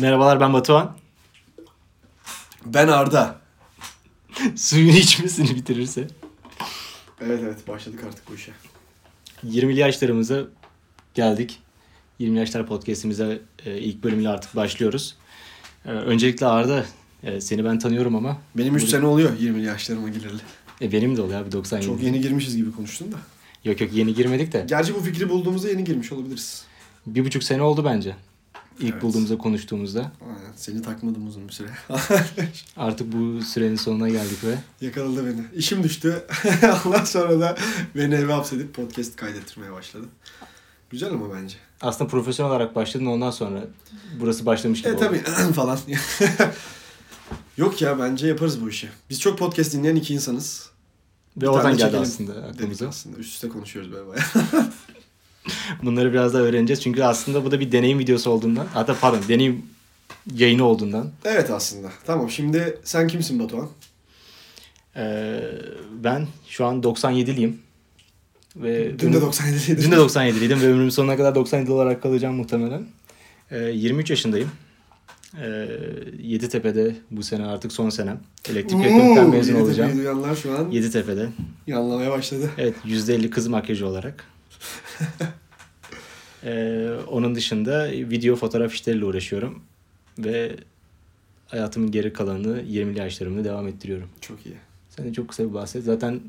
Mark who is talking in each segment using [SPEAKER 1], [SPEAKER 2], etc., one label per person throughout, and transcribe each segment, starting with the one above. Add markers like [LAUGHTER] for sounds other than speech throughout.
[SPEAKER 1] Merhabalar ben Batuhan. [LAUGHS]
[SPEAKER 2] Ben Arda.
[SPEAKER 1] Suyun içmesini bitirirse.
[SPEAKER 2] Evet evet başladık artık bu işe.
[SPEAKER 1] 20'li yaşlarımıza geldik. 20'li yaşlar podcastimize e, ilk bölümüyle artık başlıyoruz. E, Öncelikle Arda e, seni ben tanıyorum ama
[SPEAKER 2] Benim 3 sene oluyor 20'li yaşlarıma gireli.
[SPEAKER 1] e, benim de oluyor abi 97.
[SPEAKER 2] Çok yeni girmişiz gibi konuştun da.
[SPEAKER 1] Yok yok yeni girmedik de
[SPEAKER 2] Gerçi bu fikri bulduğumuzda yeni girmiş olabiliriz.
[SPEAKER 1] bir buçuk sene oldu bence. İlk
[SPEAKER 2] Evet.
[SPEAKER 1] bulduğumuzda konuştuğumuzda.
[SPEAKER 2] Aynen seni takmadım uzun bir süre. [LAUGHS]
[SPEAKER 1] Artık bu sürenin sonuna geldik ve
[SPEAKER 2] Yakaladı beni. İşim düştü. [LAUGHS] Ondan sonra da beni eve hapsedip podcast kaydettirmeye başladı. Güzel ama bence.
[SPEAKER 1] aslında profesyonel olarak başladın ondan sonra burası başlamış gibi
[SPEAKER 2] E
[SPEAKER 1] oldu.
[SPEAKER 2] tabii [CLEARS THROAT] falan. [LAUGHS] Yok ya bence yaparız bu işi. Biz çok podcast dinleyen iki insanız.
[SPEAKER 1] Ve oradan
[SPEAKER 2] tane
[SPEAKER 1] geldi
[SPEAKER 2] çekelim
[SPEAKER 1] aslında
[SPEAKER 2] Dedik
[SPEAKER 1] aklımıza.
[SPEAKER 2] aslında. Üst üste konuşuyoruz böyle bayağı. [LAUGHS]
[SPEAKER 1] Bunları biraz daha öğreneceğiz. Çünkü aslında bu da bir deneyim videosu olduğundan. Hatta pardon deneyim yayını olduğundan.
[SPEAKER 2] Evet aslında. Tamam şimdi sen kimsin Batuhan?
[SPEAKER 1] Ee, ben şu an 97'liyim. Ve
[SPEAKER 2] E, Dün de
[SPEAKER 1] ömrüm-
[SPEAKER 2] [LAUGHS] 97'liydi.
[SPEAKER 1] dün de 97'liydim ve ömrüm sonuna kadar 97 olarak kalacağım muhtemelen. Ee, 23 yaşındayım. Ee, Yeditepe'de bu sene artık son senem. Elektrik elektronikten mezun olacağım.
[SPEAKER 2] Duyanlar şu an
[SPEAKER 1] Yeditepe'de.
[SPEAKER 2] yanlamaya başladı.
[SPEAKER 1] Evet %50 kız makyajı olarak. Ee, onun dışında video fotoğraf işleriyle uğraşıyorum. Ve hayatımın geri kalanını 20'li yaşlarımda devam ettiriyorum.
[SPEAKER 2] Çok iyi.
[SPEAKER 1] Sen de çok kısa bir bahset. Zaten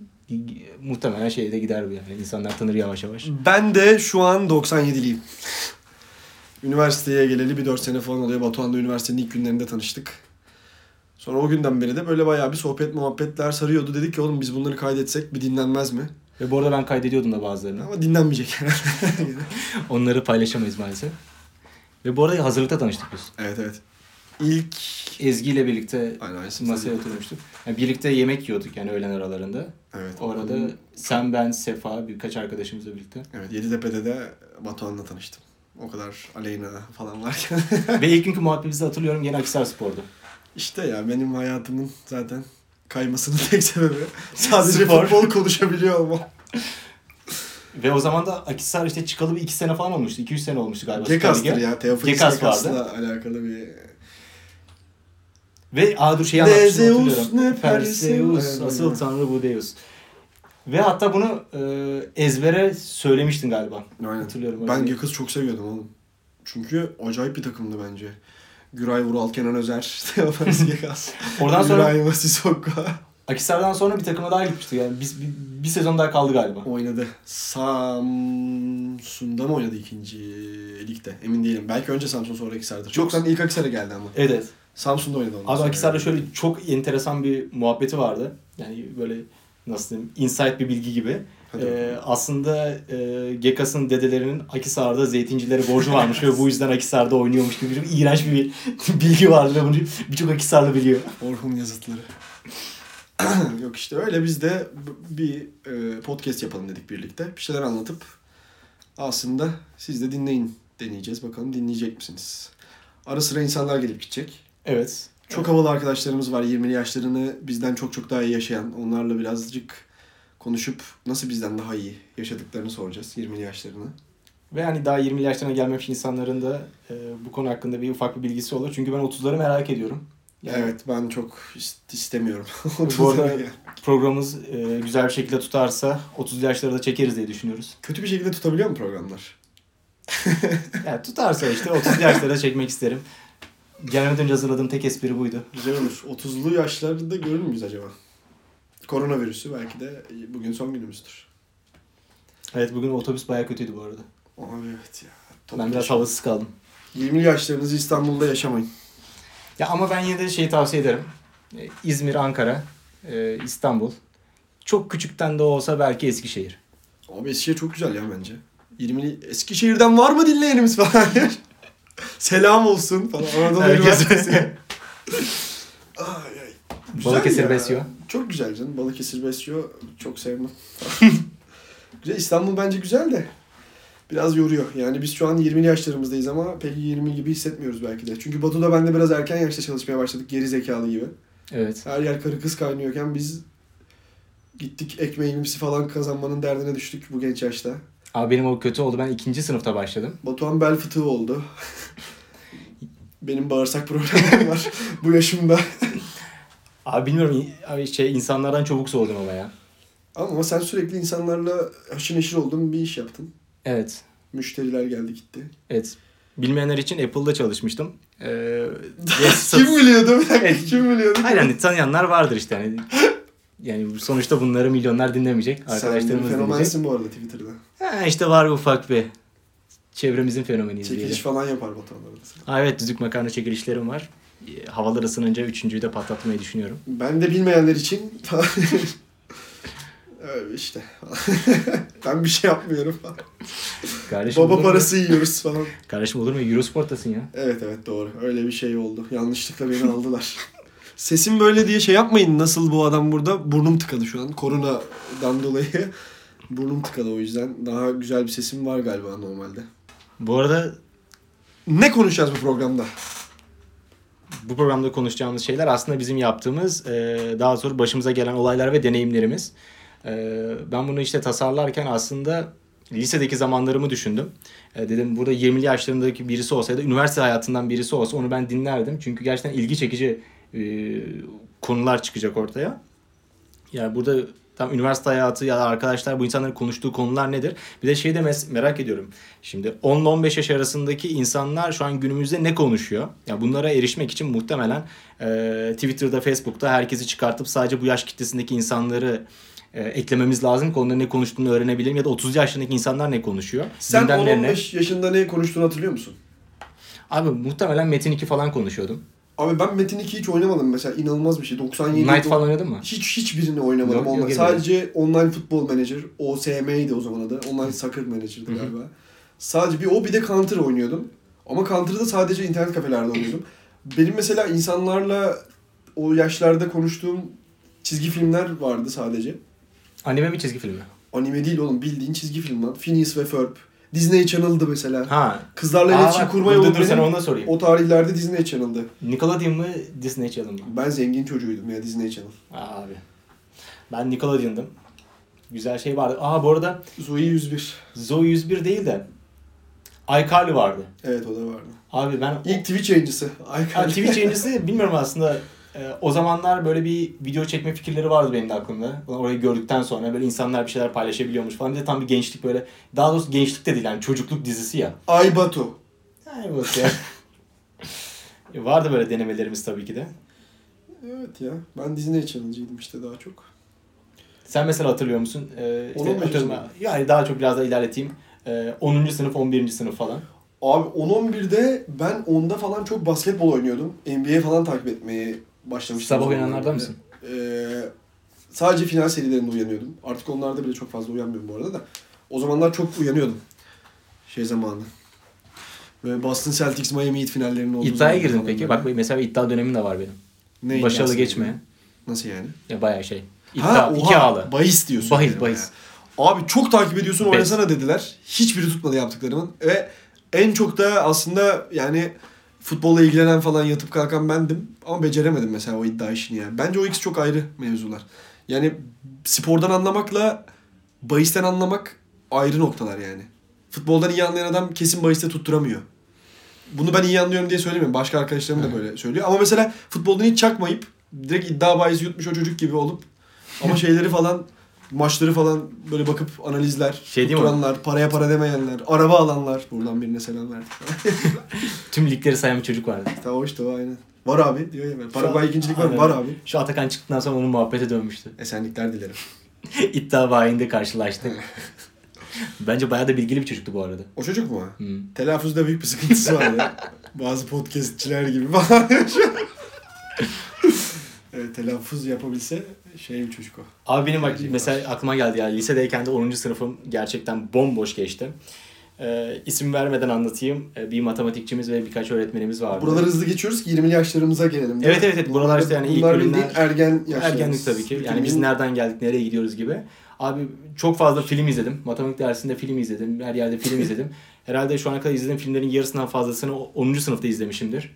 [SPEAKER 1] muhtemelen şeyde gider bu yani. İnsanlar tanır yavaş yavaş.
[SPEAKER 2] Ben de şu an 97'liyim. Üniversiteye geleli bir 4 sene falan oluyor. Batuhan'la üniversitenin ilk günlerinde tanıştık. Sonra o günden beri de böyle bayağı bir sohbet muhabbetler sarıyordu. Dedik ki oğlum biz bunları kaydetsek bir dinlenmez mi?
[SPEAKER 1] Ve bu arada ben kaydediyordum da bazılarını.
[SPEAKER 2] Ama dinlenmeyecek herhalde. [LAUGHS]
[SPEAKER 1] Onları paylaşamayız maalesef. Ve bu arada hazırlıkta tanıştık biz.
[SPEAKER 2] evet evet. İlk...
[SPEAKER 1] Ezgi ile birlikte
[SPEAKER 2] Aynen aynısı.
[SPEAKER 1] masaya oturmuştuk. Yani birlikte yemek yiyorduk yani öğlen aralarında.
[SPEAKER 2] Evet.
[SPEAKER 1] O arada sen, ben, Sefa birkaç arkadaşımızla birlikte.
[SPEAKER 2] Evet Yeditepe'de de Batuhan'la tanıştım. O kadar Aleyna falan varken. [LAUGHS]
[SPEAKER 1] Ve ilk günkü muhabbetimizi hatırlıyorum yine Akisar Spor'du.
[SPEAKER 2] İşte ya benim hayatımın zaten kaymasının [LAUGHS] tek sebebi sadece
[SPEAKER 1] Spor.
[SPEAKER 2] futbol konuşabiliyor olmam.
[SPEAKER 1] Ve o zaman da Akisar işte çıkalı bir iki sene falan olmuştu. 2-3 sene olmuştu galiba. Süper
[SPEAKER 2] Gekas'tır
[SPEAKER 1] Lig'e.
[SPEAKER 2] ya. Teofilis
[SPEAKER 1] Gekas vardı.
[SPEAKER 2] Gekas'la alakalı bir...
[SPEAKER 1] Ve aa dur şeyi anlatmıştım
[SPEAKER 2] Zeus
[SPEAKER 1] hatırlıyorum.
[SPEAKER 2] ne Perseus.
[SPEAKER 1] Perseus,
[SPEAKER 2] Aynen,
[SPEAKER 1] asıl
[SPEAKER 2] aynen.
[SPEAKER 1] tanrı bu Deus. Ve hatta bunu e, ezbere söylemiştin galiba. Hatırlıyorum. öyle
[SPEAKER 2] Ben
[SPEAKER 1] bir-
[SPEAKER 2] Gekas'ı çok seviyordum oğlum. Çünkü acayip bir takımdı bence. Güray Vural, Kenan Özer, [LAUGHS] Teofilis Gekas.
[SPEAKER 1] Oradan sonra
[SPEAKER 2] İbrahim Sissoko
[SPEAKER 1] Akisar'dan sonra bir takıma daha gitmişti. Yani biz bir, bir sezon daha kaldı galiba.
[SPEAKER 2] oynadı. Samsun'da mı oynadı ikinci ligde? Emin değilim. Belki önce Samsun sonra Akisar'dır. Çok sen ilk Akisar'a geldi ama.
[SPEAKER 1] Evet. evet.
[SPEAKER 2] Samsun'da oynadı ondan
[SPEAKER 1] Abi
[SPEAKER 2] sonra.
[SPEAKER 1] Akisar'da şöyle çok enteresan bir muhabbeti vardı. Yani böyle nasıl diyeyim insight bir bilgi gibi.
[SPEAKER 2] Hadi
[SPEAKER 1] Ee, aslında e, Gekas'ın dedelerinin Akisar'da zeytincilere borcu varmış ve bu yüzden Akisar'da oynuyormuş gibi bir iğrenç bir [LAUGHS] bilgi vardı. Bunu birçok Akisarlı biliyor.
[SPEAKER 2] Orhun yazıtları. [CLEARS THROAT] Yok işte öyle biz de b- bir e, podcast yapalım dedik birlikte. Bir şeyler anlatıp aslında siz de dinleyin deneyeceğiz. Bakalım dinleyecek misiniz? Ara sıra insanlar gelip gidecek.
[SPEAKER 1] Evet.
[SPEAKER 2] Çok havalı arkadaşlarımız var 20'li yaşlarını bizden çok çok daha iyi yaşayan. Onlarla birazcık konuşup nasıl bizden daha iyi yaşadıklarını soracağız 20'li yaşlarını.
[SPEAKER 1] Ve yani daha 20 yaşlarına gelmemiş insanların da e, bu konu hakkında bir ufak bir bilgisi olur. Çünkü ben 30'ları merak ediyorum. Yani
[SPEAKER 2] Evet ben çok ist- istemiyorum. [LAUGHS]
[SPEAKER 1] Bu arada- Programımız e, güzel bir şekilde tutarsa 30 yaşları da çekeriz diye düşünüyoruz.
[SPEAKER 2] Kötü bir şekilde tutabiliyor mu programlar?
[SPEAKER 1] Yani tutarsa işte 30 yaşları da çekmek isterim. Gelmeden önce hazırladığım tek espri buydu.
[SPEAKER 2] Güzel olur. 30'lu yaşlarda görür müyüz acaba? Koronavirüsü belki de bugün son günümüzdür.
[SPEAKER 1] Evet bugün otobüs bayağı kötüydü bu arada.
[SPEAKER 2] Abi evet ya.
[SPEAKER 1] ben biraz havasız kaldım.
[SPEAKER 2] 20 yaşlarınızı İstanbul'da yaşamayın.
[SPEAKER 1] Ya ama ben yine de şeyi tavsiye ederim. Ee, İzmir, Ankara, e, İstanbul. Çok küçükten de olsa belki Eskişehir.
[SPEAKER 2] Abi Eskişehir çok güzel ya bence. 20 Eskişehir'den var mı dinleyenimiz falan? [LAUGHS] Selam olsun falan. Anadolu
[SPEAKER 1] Herkes- [LAUGHS]
[SPEAKER 2] Üniversitesi. Ay, ay. Güzel
[SPEAKER 1] Balıkesir
[SPEAKER 2] ya.
[SPEAKER 1] besliyor.
[SPEAKER 2] Çok güzel canım. [LAUGHS] Balıkesir besliyor. Çok sevmem. güzel. İstanbul bence güzel de. biraz yoruyor. Yani biz şu an 20'li yaşlarımızdayız ama pek 20 gibi hissetmiyoruz belki de. Çünkü Batu'da ben de biraz erken yaşta çalışmaya başladık geri zekalı gibi.
[SPEAKER 1] Evet.
[SPEAKER 2] Her yer karı kız kaynıyorken biz gittik ekmeğimizi falan kazanmanın derdine düştük bu genç yaşta.
[SPEAKER 1] Abi benim o kötü oldu. Ben ikinci sınıfta başladım.
[SPEAKER 2] Batuhan bel fıtığı oldu. [LAUGHS] Benim bağırsak problemim var [LAUGHS] bu yaşımda.
[SPEAKER 1] Abi bilmiyorum abi şey insanlardan çabuk soğudum ama ya.
[SPEAKER 2] Ama sen sürekli insanlarla haşır neşir oldun bir iş yaptın.
[SPEAKER 1] Evet.
[SPEAKER 2] Müşteriler geldi gitti.
[SPEAKER 1] Evet. Bilmeyenler için Apple'da çalışmıştım.
[SPEAKER 2] [LAUGHS]
[SPEAKER 1] Ee, ve sat-
[SPEAKER 2] Kim biliyordu? Bir dakika,
[SPEAKER 1] Evet.
[SPEAKER 2] Kim biliyordu?
[SPEAKER 1] Hayır hani tanıyanlar vardır işte. Yani, yani sonuçta bunları milyonlar dinlemeyecek.
[SPEAKER 2] Sen bir
[SPEAKER 1] Arkadaşlarımız dinleyecek.
[SPEAKER 2] fenomensin bu arada Twitter'da.
[SPEAKER 1] Ha, işte var bir ufak bir çevremizin fenomeniyiz diye.
[SPEAKER 2] Çekiliş falan yapar Batuhan arada.
[SPEAKER 1] Ha, evet düzük makarna çekilişlerim var. Ee, Havalar ısınınca üçüncüyü de patlatmayı düşünüyorum.
[SPEAKER 2] Ben de bilmeyenler için [LAUGHS] Öyle işte. [LAUGHS] ben bir şey yapmıyorum.
[SPEAKER 1] Kardeşim olur
[SPEAKER 2] Baba
[SPEAKER 1] mu?
[SPEAKER 2] parası yiyoruz falan.
[SPEAKER 1] Kardeşim olur mu? Eurosport'tasın ya.
[SPEAKER 2] Evet evet doğru. Öyle bir şey oldu. Yanlışlıkla beni aldılar. Sesim böyle diye şey yapmayın. Nasıl bu adam burada? Burnum tıkalı şu an. Koronadan dolayı. [LAUGHS] Burnum tıkalı o yüzden. Daha güzel bir sesim var galiba normalde.
[SPEAKER 1] Bu arada
[SPEAKER 2] Ne konuşacağız bu programda?
[SPEAKER 1] bu programda konuşacağımız şeyler aslında bizim yaptığımız e, daha sonra başımıza gelen olaylar ve deneyimlerimiz. E, ben bunu işte tasarlarken aslında lisedeki zamanlarımı düşündüm. E, dedim burada 20'li yaşlarındaki birisi olsaydı, üniversite hayatından birisi olsa onu ben dinlerdim. Çünkü gerçekten ilgi çekici e, konular çıkacak ortaya. Yani burada tam üniversite hayatı ya da arkadaşlar bu insanların konuştuğu konular nedir? Bir de şey de mes- merak ediyorum. Şimdi 10 ile 15 yaş arasındaki insanlar şu an günümüzde ne konuşuyor? Ya bunlara erişmek için muhtemelen e, Twitter'da, Facebook'ta herkesi çıkartıp sadece bu yaş kitlesindeki insanları e, eklememiz lazım ki onların ne konuştuğunu öğrenebilirim ya da 30 yaşındaki insanlar ne konuşuyor?
[SPEAKER 2] Sen
[SPEAKER 1] Gündemlerine-
[SPEAKER 2] 10-15 yaşında ne konuştuğunu hatırlıyor musun?
[SPEAKER 1] Abi muhtemelen Metin 2 falan konuşuyordum.
[SPEAKER 2] Abi ben Metin 2 hiç oynamadım mesela. inanılmaz bir şey. 97
[SPEAKER 1] Knight falan oynadın mı?
[SPEAKER 2] Hiç hiçbirini oynamadım.
[SPEAKER 1] Yok, yok,
[SPEAKER 2] online.
[SPEAKER 1] girmedim.
[SPEAKER 2] Sadece online futbol manager. OSM'ydi o zaman adı. Online soccer manager'dı galiba. Sadece bir o bir de counter oynuyordum. Ama counter'ı da sadece internet kafelerde oynuyordum. Benim mesela insanlarla o yaşlarda konuştuğum çizgi filmler vardı sadece.
[SPEAKER 1] Anime mi çizgi filmi?
[SPEAKER 2] Anime değil oğlum bildiğin çizgi film lan. Phineas ve Ferb. Disney Channel'dı mesela.
[SPEAKER 1] Ha.
[SPEAKER 2] Kızlarla iletişim
[SPEAKER 1] bak,
[SPEAKER 2] kurma
[SPEAKER 1] dur,
[SPEAKER 2] yolu
[SPEAKER 1] dur, sen
[SPEAKER 2] benim-
[SPEAKER 1] onu da sorayım.
[SPEAKER 2] O tarihlerde Disney Channel'dı.
[SPEAKER 1] Nickelodeon mı Disney Channel mı?
[SPEAKER 2] Ben zengin çocuğuydum ya Disney Channel.
[SPEAKER 1] Aa, Abi. Ben Nickelodeon'dım. Güzel şey vardı. Aa bu arada
[SPEAKER 2] Zoe 101.
[SPEAKER 1] Zoe 101 değil de iCarly vardı.
[SPEAKER 2] Evet o da vardı.
[SPEAKER 1] Abi ben
[SPEAKER 2] İlk Twitch yayıncısı.
[SPEAKER 1] Ha,
[SPEAKER 2] Icon.
[SPEAKER 1] Twitch yayıncısı bilmiyorum aslında. Ee, o zamanlar böyle bir video çekme fikirleri vardı benim de aklımda. Ulan Orayı gördükten sonra böyle insanlar bir şeyler paylaşabiliyormuş falan. Bir de tam bir gençlik böyle. Daha doğrusu gençlik de değil yani çocukluk dizisi ya.
[SPEAKER 2] Ay Batu.
[SPEAKER 1] Yani bu ya. vardı böyle denemelerimiz tabii ki de.
[SPEAKER 2] Evet ya. Ben Disney Channel'cıydım işte daha çok.
[SPEAKER 1] Sen mesela hatırlıyor musun? Ee, işte,
[SPEAKER 2] Onun mu
[SPEAKER 1] atıyorum-
[SPEAKER 2] yaşında?
[SPEAKER 1] yani daha çok biraz daha ilerleteyim. Ee, 10. sınıf, 11. sınıf falan.
[SPEAKER 2] Abi 10-11'de ben 10'da falan çok basketbol oynuyordum. NBA falan takip etmeye başlamıştım.
[SPEAKER 1] Sabah
[SPEAKER 2] O zamanlar.
[SPEAKER 1] uyananlardan mısın?
[SPEAKER 2] Ee, sadece final serilerinde uyanıyordum. Artık onlarda bile çok fazla uyanmıyorum bu arada da. O zamanlar çok uyanıyordum. Şey zamanı. Böyle Boston Celtics Miami Heat finallerinin olduğu
[SPEAKER 1] İddiaya
[SPEAKER 2] zaman
[SPEAKER 1] girdin
[SPEAKER 2] falan
[SPEAKER 1] peki.
[SPEAKER 2] böyle.
[SPEAKER 1] Bak mesela iddia dönemim de var benim.
[SPEAKER 2] Ne
[SPEAKER 1] Başarılı
[SPEAKER 2] iddiası
[SPEAKER 1] geçme.
[SPEAKER 2] yani? Nasıl yani?
[SPEAKER 1] Ya bayağı şey. İddia,
[SPEAKER 2] Ha, oha,
[SPEAKER 1] iki ağlı.
[SPEAKER 2] Bahis diyorsun.
[SPEAKER 1] Bahis,
[SPEAKER 2] yani
[SPEAKER 1] bahis.
[SPEAKER 2] bayağı. Abi çok takip ediyorsun
[SPEAKER 1] Bet.
[SPEAKER 2] oynasana dediler. Hiçbiri tutmadı yaptıklarımın. Ve en çok da aslında yani futbolla ilgilenen falan yatıp kalkan bendim. Ama beceremedim mesela o iddia işini yani. Bence o ikisi çok ayrı mevzular. Yani spordan anlamakla bahisten anlamak ayrı noktalar yani. Futboldan iyi anlayan adam kesin bahiste tutturamıyor. Bunu ben iyi anlıyorum diye söylemiyorum. Başka arkadaşlarım da böyle söylüyor. Ama mesela futboldan hiç çakmayıp direkt iddia bahisi yutmuş o çocuk gibi olup ama şeyleri falan maçları falan böyle bakıp analizler,
[SPEAKER 1] Şey değil mi?
[SPEAKER 2] tutturanlar, paraya para demeyenler, araba alanlar. Buradan birine selam [LAUGHS] verdik.
[SPEAKER 1] Tüm ligleri sayan bir çocuk vardı.
[SPEAKER 2] Tamam işte o aynen. Var abi diyor ya. ben. Paraguay
[SPEAKER 1] Şu-
[SPEAKER 2] ikincilik var mı?
[SPEAKER 1] Aynen.
[SPEAKER 2] Var abi.
[SPEAKER 1] Şu Atakan çıktıktan sonra onun muhabbete dönmüştü. [LAUGHS]
[SPEAKER 2] Esenlikler dilerim.
[SPEAKER 1] İddia bayinde
[SPEAKER 2] [LAUGHS]
[SPEAKER 1] karşılaştık. Bence bayağı da bilgili bir çocuktu bu arada.
[SPEAKER 2] O çocuk mu?
[SPEAKER 1] Hı.
[SPEAKER 2] Telaffuzda büyük bir sıkıntısı var
[SPEAKER 1] [LAUGHS]
[SPEAKER 2] ya. Bazı podcastçiler gibi falan. [LAUGHS] evet, telaffuz yapabilse şey bir çocuk o.
[SPEAKER 1] Abi benim bak
[SPEAKER 2] Tercih var.
[SPEAKER 1] mesela aklıma geldi ya lisedeyken de 10. sınıfım gerçekten bomboş geçti. Ee, isim vermeden anlatayım. Ee, bir matematikçimiz ve birkaç öğretmenimiz vardı.
[SPEAKER 2] Buraları hızlı geçiyoruz ki 20'li yaşlarımıza gelelim.
[SPEAKER 1] Evet, evet, evet. Buralar işte yani ilk
[SPEAKER 2] Bunlar
[SPEAKER 1] bölümler-
[SPEAKER 2] değil, ergen yaşlarımız.
[SPEAKER 1] Ergenlik tabii ki. Yani biz
[SPEAKER 2] Ülkenin-
[SPEAKER 1] nereden geldik, nereye gidiyoruz gibi. Abi çok fazla film izledim. Matematik dersinde film izledim. Her yerde film izledim. Herhalde şu ana kadar izlediğim filmlerin yarısından fazlasını 10. sınıfta izlemişimdir.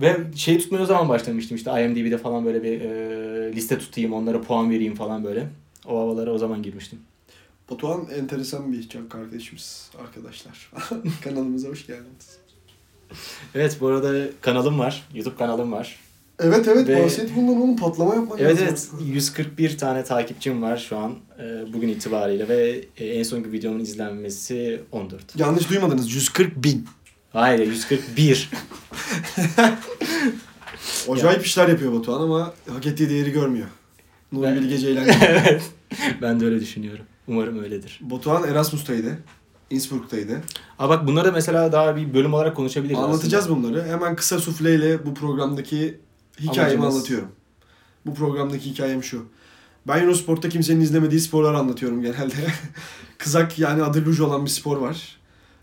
[SPEAKER 1] Ve şey tutmaya o zaman başlamıştım işte IMDb'de falan böyle bir e, liste tutayım onlara puan vereyim falan böyle. O havalara o zaman girmiştim.
[SPEAKER 2] Batuhan enteresan bir can kardeşimiz arkadaşlar. [LAUGHS] Kanalımıza hoş geldiniz.
[SPEAKER 1] Evet bu arada kanalım var. YouTube kanalım var.
[SPEAKER 2] Evet evet
[SPEAKER 1] Ve-
[SPEAKER 2] bahset bundan onun patlama yapmak
[SPEAKER 1] Evet
[SPEAKER 2] lazım.
[SPEAKER 1] evet 141 tane takipçim var şu an e, bugün itibariyle ve e, en sonki videomun izlenmesi 14.
[SPEAKER 2] Yanlış duymadınız 140 bin.
[SPEAKER 1] Hayır 141.
[SPEAKER 2] Acayip işler yapıyor Batuhan ama hak ettiği değeri görmüyor. Nuri
[SPEAKER 1] Ben-
[SPEAKER 2] Bilge
[SPEAKER 1] [LAUGHS]
[SPEAKER 2] Ceylan gibi.
[SPEAKER 1] evet. [LAUGHS] Ben de öyle düşünüyorum. Umarım öyledir.
[SPEAKER 2] Batuhan Erasmus'taydı. Innsbruck'taydı.
[SPEAKER 1] Aa bak bunları da mesela daha bir bölüm olarak konuşabiliriz
[SPEAKER 2] Anlatacağız
[SPEAKER 1] aslında.
[SPEAKER 2] bunları. Hemen kısa sufleyle bu programdaki hikayemi
[SPEAKER 1] Amacımız-
[SPEAKER 2] anlatıyorum. Bu programdaki hikayem şu. Ben Eurosport'ta kimsenin izlemediği sporları anlatıyorum genelde. [LAUGHS] Kızak yani adı luj olan bir spor var.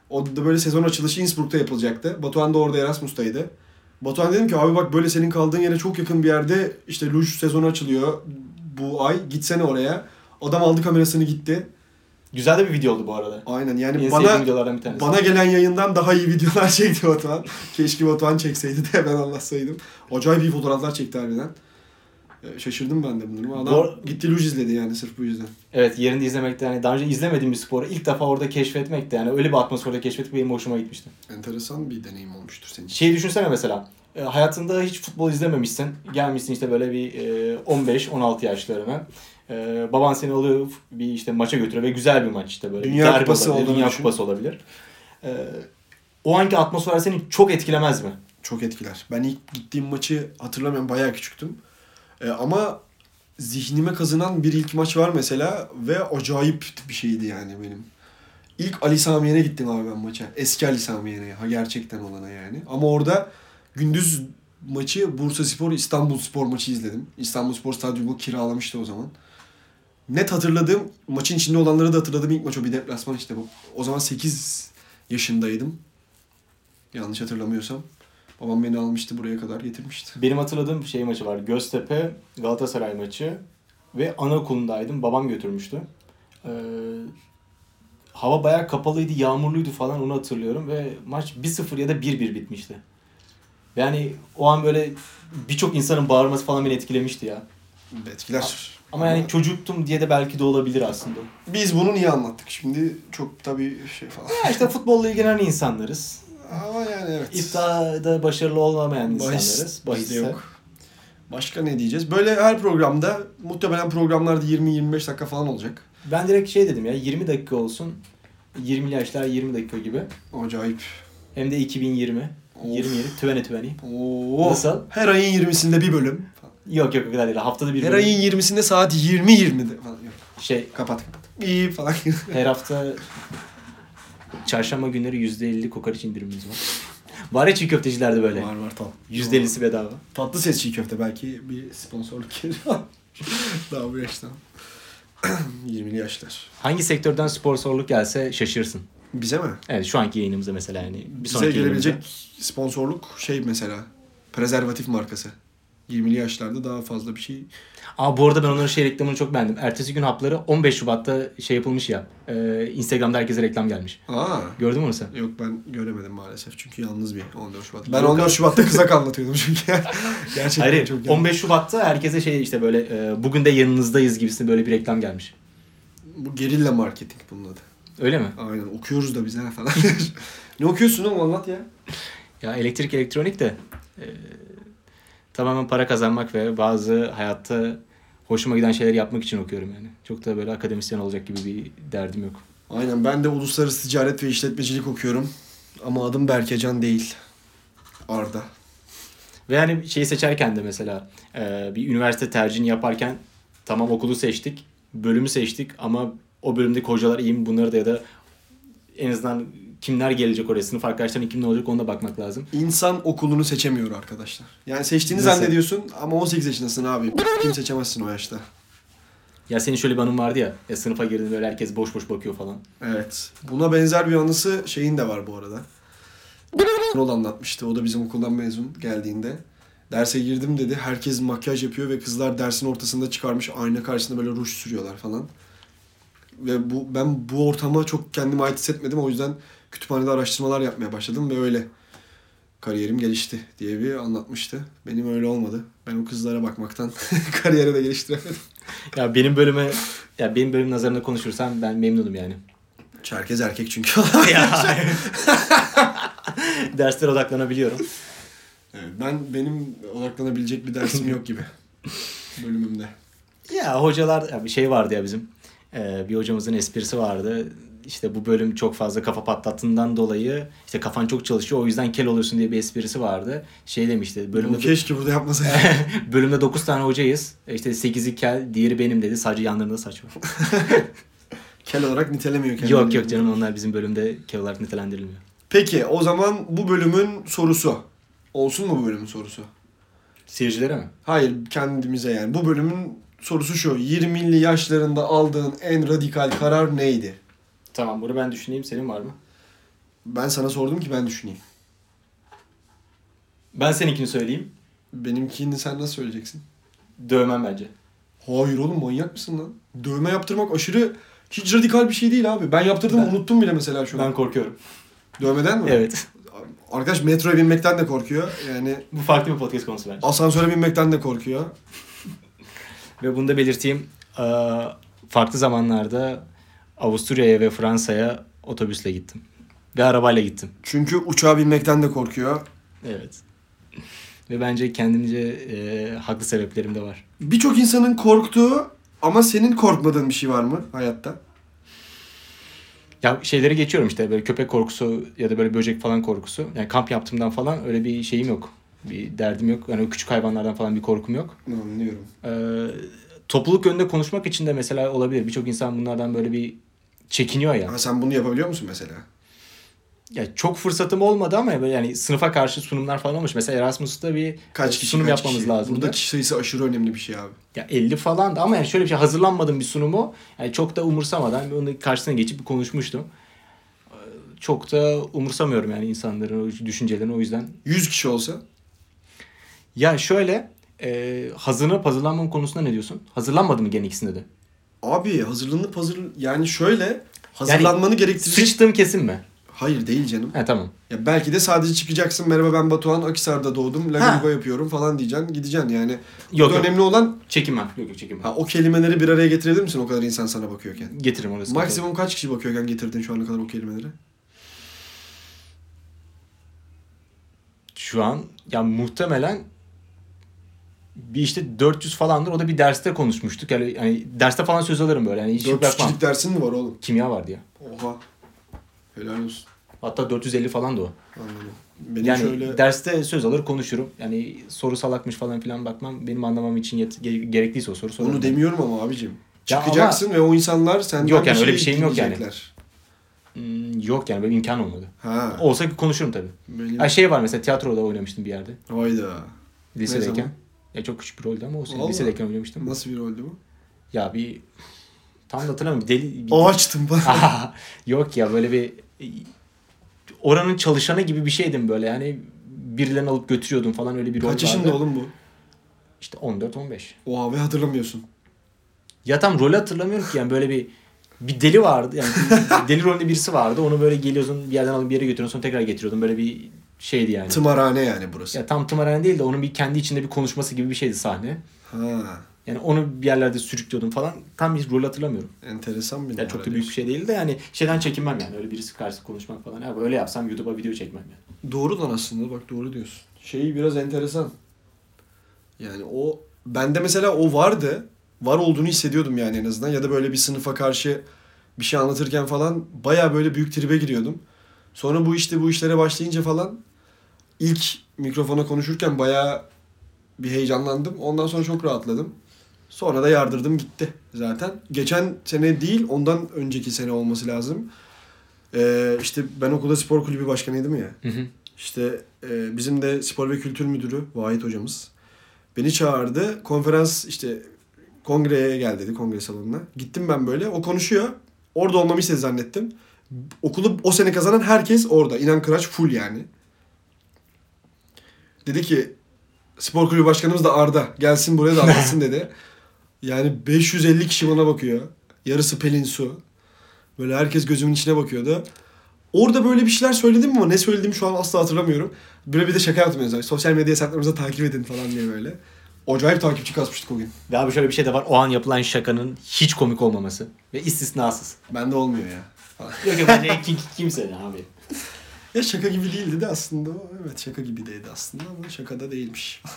[SPEAKER 2] O da böyle sezon açılışı Innsbruck'ta yapılacaktı. Batuhan da orada Erasmus'taydı. Batuhan dedim ki abi bak böyle senin kaldığın yere çok yakın bir yerde işte luj sezonu açılıyor bu ay. Gitsene oraya. Adam aldı kamerasını gitti.
[SPEAKER 1] Güzel de bir video oldu bu arada.
[SPEAKER 2] Aynen yani
[SPEAKER 1] en
[SPEAKER 2] Hani bana
[SPEAKER 1] sevdiğim videolardan bir tanesi.
[SPEAKER 2] bana gelen yayından daha iyi videolar [LAUGHS] çekti Batuhan. Keşke Batuhan çekseydi de ben anlatsaydım. Acayip iyi fotoğraflar çekti harbiden. Ee, Şaşırdım ben de bunları. Adam
[SPEAKER 1] Doğru.
[SPEAKER 2] gitti Luj izledi yani sırf bu yüzden.
[SPEAKER 1] Evet yerinde izlemekte hani daha önce izlemediğim bir sporu ilk defa orada keşfetmek de yani öyle bir atmosferde keşfetmek benim hoşuma gitmişti.
[SPEAKER 2] Enteresan bir deneyim olmuştur senin için.
[SPEAKER 1] Şey düşünsene mesela e, hayatında hiç futbol izlememişsin. Gelmişsin işte böyle bir e, 15-16 yaşlarına. E, baban seni alıyor bir işte maça götürüyor ve güzel bir maç işte böyle. bir
[SPEAKER 2] Dünya
[SPEAKER 1] derbi
[SPEAKER 2] Kupası
[SPEAKER 1] olabilir,
[SPEAKER 2] olduğunu
[SPEAKER 1] Dünya
[SPEAKER 2] düşün.
[SPEAKER 1] kupası olabilir. E, o anki atmosfer seni çok etkilemez mi?
[SPEAKER 2] Çok etkiler. Ben ilk gittiğim maçı hatırlamıyorum bayağı küçüktüm. Ee, ama zihnime kazınan bir ilk maç var mesela ve acayip bir şeydi yani benim. İlk Ali Sami Yen'e gittim abi ben maça. Eski Ali Sami Yen'e. Ha gerçekten olana yani. Ama orada gündüz maçı Bursa Spor İstanbul Spor maçı izledim. İstanbul Spor Stadyumu kiralamıştı o zaman. Net hatırladığım, maçın içinde olanları da hatırladığım ilk maç o bir deplasman işte bu. O zaman 8 yaşındaydım. Yanlış hatırlamıyorsam. Babam beni almıştı buraya kadar getirmişti.
[SPEAKER 1] Benim hatırladığım şey maçı var. Göztepe Galatasaray maçı ve anaokulundaydım. Babam götürmüştü. Ee, hava bayağı kapalıydı, yağmurluydu falan onu hatırlıyorum ve maç 1-0 ya da 1-1 bitmişti. Yani o an böyle birçok insanın bağırması falan beni etkilemişti ya.
[SPEAKER 2] Etkiler.
[SPEAKER 1] Ama yani çocuktum diye de belki de olabilir aslında.
[SPEAKER 2] biz bunu niye anlattık? Şimdi çok tabii şey falan.
[SPEAKER 1] Ya işte futbolla ilgilenen insanlarız.
[SPEAKER 2] Ama yani evet.
[SPEAKER 1] İddiada başarılı olamayan insanlarız.
[SPEAKER 2] Bahis, bahis
[SPEAKER 1] Bahiste.
[SPEAKER 2] de yok. Başka ne diyeceğiz? Böyle her programda muhtemelen programlarda 20-25 dakika falan olacak.
[SPEAKER 1] Ben direkt şey dedim ya 20 dakika olsun. 20 yaşlar 20 dakika gibi.
[SPEAKER 2] Acayip.
[SPEAKER 1] Hem de 2020.
[SPEAKER 2] Of.
[SPEAKER 1] 27, 2020.
[SPEAKER 2] Oo.
[SPEAKER 1] Nasıl?
[SPEAKER 2] Her ayın 20'sinde bir bölüm.
[SPEAKER 1] Yok yok o kadar değil. Haftada bir
[SPEAKER 2] Her
[SPEAKER 1] bölüm.
[SPEAKER 2] ayın 20'sinde saat 20.20'de falan. Yok,
[SPEAKER 1] Şey,
[SPEAKER 2] kapat kapat. İyi falan.
[SPEAKER 1] her hafta çarşamba günleri %50 kokoreç indirimimiz var. Var ya çiğ köftecilerde böyle.
[SPEAKER 2] var var tamam.
[SPEAKER 1] %50'si bedava.
[SPEAKER 2] Tatlı ses çiğ köfte belki bir sponsorluk geliyor. [LAUGHS] Daha bu yaştan. [CLEARS THROAT] 20'li yaşlar.
[SPEAKER 1] Hangi sektörden sponsorluk gelse şaşırsın.
[SPEAKER 2] Bize mi?
[SPEAKER 1] Evet şu anki yayınımıza mesela yani. Bir
[SPEAKER 2] Bize
[SPEAKER 1] sonraki
[SPEAKER 2] gelebilecek
[SPEAKER 1] yayınımıza.
[SPEAKER 2] sponsorluk şey mesela. Prezervatif markası. 20'li yaşlarda daha fazla bir şey.
[SPEAKER 1] Aa bu arada ben onların şey reklamını çok beğendim. Ertesi gün hapları 15 Şubat'ta şey yapılmış ya. E, Instagram'da herkese reklam gelmiş.
[SPEAKER 2] Aa.
[SPEAKER 1] Gördün mü onu sen?
[SPEAKER 2] Yok ben göremedim maalesef. Çünkü yalnız bir 14 Şubat. Ben
[SPEAKER 1] Yok.
[SPEAKER 2] 14 [LAUGHS] Şubat'ta kızak anlatıyordum çünkü. [LAUGHS] Gerçekten
[SPEAKER 1] Hayır,
[SPEAKER 2] çok yalnız.
[SPEAKER 1] 15 Şubat'ta herkese şey işte böyle e, bugün de yanınızdayız gibisinde böyle bir reklam gelmiş.
[SPEAKER 2] Bu gerilla marketing bunun adı.
[SPEAKER 1] Öyle mi?
[SPEAKER 2] Aynen okuyoruz da biz ha falan. [LAUGHS] ne okuyorsun oğlum anlat ya.
[SPEAKER 1] Ya elektrik elektronik de e, tamamen para kazanmak ve bazı hayatta hoşuma giden şeyleri yapmak için okuyorum yani. Çok da böyle akademisyen olacak gibi bir derdim yok.
[SPEAKER 2] Aynen ben de uluslararası ticaret ve işletmecilik okuyorum. Ama adım Berkecan değil. Arda.
[SPEAKER 1] Ve yani şeyi seçerken de mesela e, bir üniversite tercihini yaparken tamam okulu seçtik, bölümü seçtik ama o bölümdeki hocalar iyi mi bunları da ya da en azından kimler gelecek oraya, sınıf arkadaşların kim ne olacak ona da bakmak lazım.
[SPEAKER 2] İnsan okulunu seçemiyor arkadaşlar. Yani seçtiğini
[SPEAKER 1] Nasıl?
[SPEAKER 2] zannediyorsun ama 18 yaşındasın abi. Kim seçemezsin o yaşta.
[SPEAKER 1] Ya senin şöyle bir anın vardı ya, ya sınıfa girdin böyle herkes boş boş bakıyor falan.
[SPEAKER 2] Evet. Buna benzer bir anısı şeyin de var bu arada. Rol anlatmıştı. O da bizim okuldan mezun geldiğinde. Derse girdim dedi. Herkes makyaj yapıyor ve kızlar dersin ortasında çıkarmış ayna karşısında böyle ruj sürüyorlar falan. Ve bu ben bu ortama çok kendimi ait hissetmedim. O yüzden kütüphanede araştırmalar yapmaya başladım ve öyle kariyerim gelişti diye bir anlatmıştı. Benim öyle olmadı. Ben o kızlara bakmaktan [LAUGHS] kariyere de geliştiremedim.
[SPEAKER 1] Ya benim bölüme ya benim bölüm nazarında konuşursam ben memnunum yani.
[SPEAKER 2] Çerkez erkek [LAUGHS] çünkü.
[SPEAKER 1] [LAUGHS] Derslere odaklanabiliyorum.
[SPEAKER 2] Evet, ben benim odaklanabilecek bir dersim
[SPEAKER 1] [LAUGHS]
[SPEAKER 2] yok gibi bölümümde.
[SPEAKER 1] Ya hocalar ya bir şey vardı ya bizim. Ee, bir hocamızın esprisi vardı. İşte bu bölüm çok fazla kafa patlattığından dolayı işte kafan çok çalışıyor o yüzden kel oluyorsun diye bir esprisi vardı. Şey demişti
[SPEAKER 2] Bunu
[SPEAKER 1] bölümde
[SPEAKER 2] keşke burada yapmasaydım.
[SPEAKER 1] [LAUGHS] bölümde 9 tane hocayız. E İşte 8'i kel, diğeri benim dedi. Sadece yanlarında saç [LAUGHS] var.
[SPEAKER 2] Kel olarak nitelemiyor kendini.
[SPEAKER 1] yok yok canım onlar bizim bölümde kel olarak nitelendirilmiyor.
[SPEAKER 2] Peki o zaman bu bölümün sorusu. Olsun mu bu bölümün sorusu?
[SPEAKER 1] Seyircilere mi?
[SPEAKER 2] Hayır kendimize yani. Bu bölümün sorusu şu. 20'li yaşlarında aldığın en radikal karar neydi?
[SPEAKER 1] Tamam bunu ben düşüneyim. Senin var mı?
[SPEAKER 2] Ben sana sordum ki ben düşüneyim.
[SPEAKER 1] Ben seninkini söyleyeyim.
[SPEAKER 2] Benimkini sen nasıl söyleyeceksin?
[SPEAKER 1] Dövmem bence.
[SPEAKER 2] Hayır oğlum manyak mısın lan? Dövme yaptırmak aşırı hiç radikal bir şey değil abi. Ben yaptırdım
[SPEAKER 1] Ben-
[SPEAKER 2] unuttum bile mesela şu an.
[SPEAKER 1] Ben korkuyorum.
[SPEAKER 2] Dövmeden mi?
[SPEAKER 1] Evet. [LAUGHS]
[SPEAKER 2] Arkadaş metroya binmekten de korkuyor. Yani
[SPEAKER 1] Bu farklı bir podcast konusu bence.
[SPEAKER 2] asansöre binmekten de korkuyor.
[SPEAKER 1] Ve bunu da belirteyim. Ee, Farklı zamanlarda Avusturya'ya ve Fransa'ya otobüsle gittim. Ve arabayla gittim.
[SPEAKER 2] Çünkü uçağa binmekten de korkuyor.
[SPEAKER 1] Evet. [LAUGHS] Ve bence kendimce e, haklı sebeplerim de var.
[SPEAKER 2] Birçok insanın korktuğu ama senin korkmadığın bir şey var mı hayatta?
[SPEAKER 1] Ya şeyleri geçiyorum işte böyle köpek korkusu ya da böyle böcek falan korkusu. Yani kamp yaptığımdan falan öyle bir şeyim yok. Bir derdim yok. Yani o küçük hayvanlardan falan bir korkum yok.
[SPEAKER 2] Anlıyorum.
[SPEAKER 1] Ee, topluluk önünde konuşmak için de mesela olabilir. Birçok insan bunlardan böyle bir çekiniyor ya.
[SPEAKER 2] Ama sen bunu yapabiliyor musun mesela?
[SPEAKER 1] Ya çok fırsatım olmadı ama böyle yani sınıfa karşı sunumlar falan olmuş. Mesela Erasmus'ta bir e,
[SPEAKER 2] Kaç kişi
[SPEAKER 1] sunum
[SPEAKER 2] kaç
[SPEAKER 1] yapmamız
[SPEAKER 2] kişi?
[SPEAKER 1] lazımdı.
[SPEAKER 2] Burada kişi sayısı aşırı önemli bir şey abi.
[SPEAKER 1] Ya 50 falan da ama yani şöyle bir şey hazırlanmadım bir sunumu. Yani çok da umursamadan onun karşısına geçip bir konuşmuştum. Ee, Çok da umursamıyorum yani insanların o düşüncelerini o yüzden
[SPEAKER 2] 100 kişi olsa
[SPEAKER 1] Ya şöyle e, hazırlanıp hazırlanmam konusunda ne diyorsun? Hazırlanmadı mı gene ikisinde de?
[SPEAKER 2] abi hazırlanıp hazır yani şöyle hazırlanmanı gerektirecek.
[SPEAKER 1] Sıçtığım kesin mi?
[SPEAKER 2] Hayır değil canım.
[SPEAKER 1] He tamam.
[SPEAKER 2] Ya belki de sadece çıkacaksın merhaba ben Batuhan Akisar'da
[SPEAKER 1] Ha.
[SPEAKER 2] doğdum. Lagriba yapıyorum falan diyeceksin. Gideceksin yani.
[SPEAKER 1] Yok,
[SPEAKER 2] Burada
[SPEAKER 1] yok.
[SPEAKER 2] önemli olan
[SPEAKER 1] Çekinmem. Yok yok çekinmem.
[SPEAKER 2] ha, o kelimeleri bir araya getirebilir misin o kadar insan sana bakıyorken?
[SPEAKER 1] Getiririm orası.
[SPEAKER 2] Maksimum kaç kişi bakıyorken getirdin şu ana kadar o kelimeleri?
[SPEAKER 1] Şu an ya muhtemelen bir işte 400 falandır. O da bir derste konuşmuştuk. Yani, yani derste falan söz alırım böyle. Yani hiç
[SPEAKER 2] 400
[SPEAKER 1] bırakmam.
[SPEAKER 2] kişilik dersin mi var oğlum?
[SPEAKER 1] Kimya vardı ya.
[SPEAKER 2] Oha. Helal olsun.
[SPEAKER 1] Hatta 450 falan da o.
[SPEAKER 2] Anladım. Benim
[SPEAKER 1] yani
[SPEAKER 2] şöyle
[SPEAKER 1] derste söz alır konuşurum. Yani soru salakmış falan filan bakmam. Benim anlamam için yet- ge- gerekliyse o soru sorarım.
[SPEAKER 2] onu
[SPEAKER 1] ben.
[SPEAKER 2] demiyorum ama abicim.
[SPEAKER 1] Ya
[SPEAKER 2] Çıkacaksın ve o insanlar senden şey
[SPEAKER 1] Yok yani, öyle bir şeyim yok yani.
[SPEAKER 2] dinleyecekler.
[SPEAKER 1] Hmm, yok yani böyle imkan olmadı.
[SPEAKER 2] Ha.
[SPEAKER 1] Olsa konuşurum tabii.
[SPEAKER 2] Benim...
[SPEAKER 1] Ha şey var mesela tiyatroda oynamıştım bir yerde.
[SPEAKER 2] Hayda. Ne zaman?
[SPEAKER 1] Lisedeyken. Ya çok küçük bir roldü ama olsun.
[SPEAKER 2] Vallahi.
[SPEAKER 1] Lisedeyken oynamıştım.
[SPEAKER 2] Nasıl bir roldü bu?
[SPEAKER 1] Ya bir tam da hatırlamıyorum. Deli bir-
[SPEAKER 2] Ağaçtım bak.
[SPEAKER 1] Aha, Yok ya böyle bir oranın çalışanı gibi bir şeydim böyle. Yani birilerini alıp götürüyordum falan öyle bir rol
[SPEAKER 2] [LAUGHS] Kaç
[SPEAKER 1] vardı.
[SPEAKER 2] yaşında oğlum bu?
[SPEAKER 1] İşte 14 15.
[SPEAKER 2] Oha ve hatırlamıyorsun.
[SPEAKER 1] Ya tam rolü hatırlamıyorum ki yani böyle bir bir deli vardı. Yani bir- deli rolünde birisi vardı. Onu böyle geliyorsun bir yerden alıp bir yere götürüyorsun sonra tekrar getiriyordun. Böyle bir şeydi yani.
[SPEAKER 2] Tımarhane yani burası.
[SPEAKER 1] ya tam tımarhane değil de onun bir kendi içinde bir konuşması gibi bir şeydi sahne.
[SPEAKER 2] Ha.
[SPEAKER 1] Yani onu bir yerlerde sürüklüyordum falan. Tam bir rol hatırlamıyorum.
[SPEAKER 2] Enteresan bir
[SPEAKER 1] Yani çok da büyük bir şey değil de yani şeyden çekinmem yani. Öyle birisi karşısında konuşmak falan. Abi öyle yapsam YouTube'a video çekmem yani.
[SPEAKER 2] Doğru lan aslında bak doğru diyorsun. Şey biraz enteresan. Yani o bende mesela o vardı. Var olduğunu hissediyordum yani en azından ya da böyle bir sınıfa karşı bir şey anlatırken falan baya böyle büyük tribe giriyordum. Sonra bu işte bu işlere başlayınca falan ilk mikrofona konuşurken baya bir heyecanlandım. Ondan sonra çok rahatladım. Sonra da yardırdım gitti zaten. Geçen sene değil ondan önceki sene olması lazım. Ee, işte ben okulda spor kulübü başkanıydım ya. İşte e, bizim de spor ve kültür müdürü Vahit hocamız beni çağırdı. Konferans işte kongreye gel dedi kongre salonuna. Gittim ben böyle. O konuşuyor. Orada olmamı istedi zannettim. Okulu o sene kazanan herkes orada. İnan Kıraç full yani. Dedi ki spor kulübü başkanımız da Arda. Gelsin buraya da anlatsın dedi. Yani 550 kişi bana bakıyor. Yarısı Pelin Su. Böyle herkes gözümün içine bakıyordu. Orada böyle bir şeyler söyledim ama ne söylediğimi şu an asla hatırlamıyorum. Böyle bir de şaka yaptım en azından. Sosyal medya hesaplarımızı takip edin falan diye böyle. Acayip takipçi kasmıştık o gün.
[SPEAKER 1] Ve abi şöyle bir şey de var. O an yapılan şakanın hiç komik olmaması. Ve istisnasız.
[SPEAKER 2] Bende olmuyor ya.
[SPEAKER 1] Yok yok bence kim, kimse de abi.
[SPEAKER 2] Ya şaka gibi değildi de aslında. o. Evet şaka gibi değildi aslında ama şaka da değilmiş. [LAUGHS]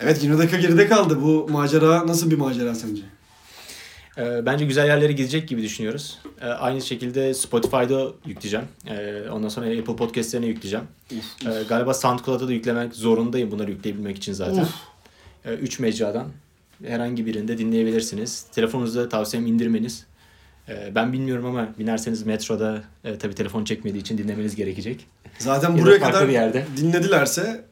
[SPEAKER 2] evet 20 dakika geride kaldı. Bu macera nasıl bir macera sence?
[SPEAKER 1] Ee, bence güzel yerlere gidecek gibi düşünüyoruz. Ee, aynı şekilde Spotify'da yükleyeceğim. Ee, ondan sonra Apple Podcast'lerine yükleyeceğim. Ee, galiba SoundCloud'a da yüklemek zorundayım bunları yükleyebilmek için zaten.
[SPEAKER 2] Uf.
[SPEAKER 1] Ee, üç mecradan herhangi birinde dinleyebilirsiniz. Telefonunuzda tavsiyem indirmeniz. Ee, ben bilmiyorum ama binerseniz metroda e, tabii telefon çekmediği için dinlemeniz gerekecek.
[SPEAKER 2] Zaten
[SPEAKER 1] Ya da
[SPEAKER 2] buraya
[SPEAKER 1] farklı
[SPEAKER 2] kadar
[SPEAKER 1] bir yerde.
[SPEAKER 2] dinledilerse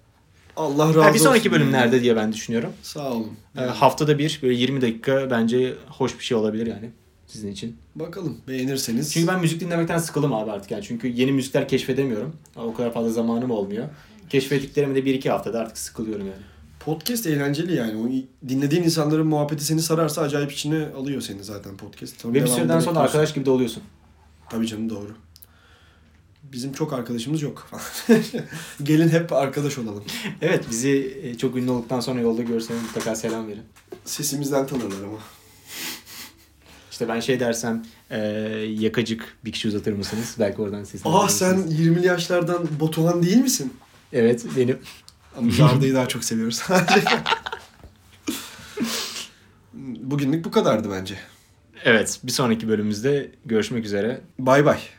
[SPEAKER 2] Allah razı
[SPEAKER 1] Ha,
[SPEAKER 2] olsun.
[SPEAKER 1] bir sonraki bölümlerde diye ben düşünüyorum.
[SPEAKER 2] Sağ olun.
[SPEAKER 1] Ee, haftada bir böyle 20 dakika bence hoş bir şey olabilir yani sizin için.
[SPEAKER 2] Bakalım beğenirseniz.
[SPEAKER 1] Çünkü ben müzik dinlemekten sıkıldım abi artık yani. Çünkü yeni müzikler keşfedemiyorum. O kadar fazla zamanım olmuyor. Keşfettiklerimi de bir iki haftada artık sıkılıyorum yani.
[SPEAKER 2] Podcast eğlenceli yani. O i- dinlediğin insanların muhabbeti seni sararsa acayip içine alıyor seni zaten podcast. Sonra
[SPEAKER 1] Ve bir
[SPEAKER 2] devamını
[SPEAKER 1] süreden sonra
[SPEAKER 2] bekliyorsun.
[SPEAKER 1] arkadaş gibi de oluyorsun.
[SPEAKER 2] Tabii canım doğru. Bizim çok arkadaşımız yok. [LAUGHS] Gelin hep arkadaş olalım.
[SPEAKER 1] Evet bizi e, çok ünlü olduktan sonra yolda görseniz mutlaka selam verin.
[SPEAKER 2] Sesimizden tanırlar ama.
[SPEAKER 1] İşte ben şey dersem e, yakacık bir kişi uzatır mısınız? Belki oradan sesini
[SPEAKER 2] Ah sen
[SPEAKER 1] alabilirsiniz.
[SPEAKER 2] 20'li yaşlardan Batuhan değil misin?
[SPEAKER 1] [LAUGHS] Evet benim.
[SPEAKER 2] Ama biz Arda'yı daha çok seviyoruz. [LAUGHS] Bugünlük bu kadardı bence.
[SPEAKER 1] Evet bir sonraki bölümümüzde görüşmek üzere.
[SPEAKER 2] Bay bay.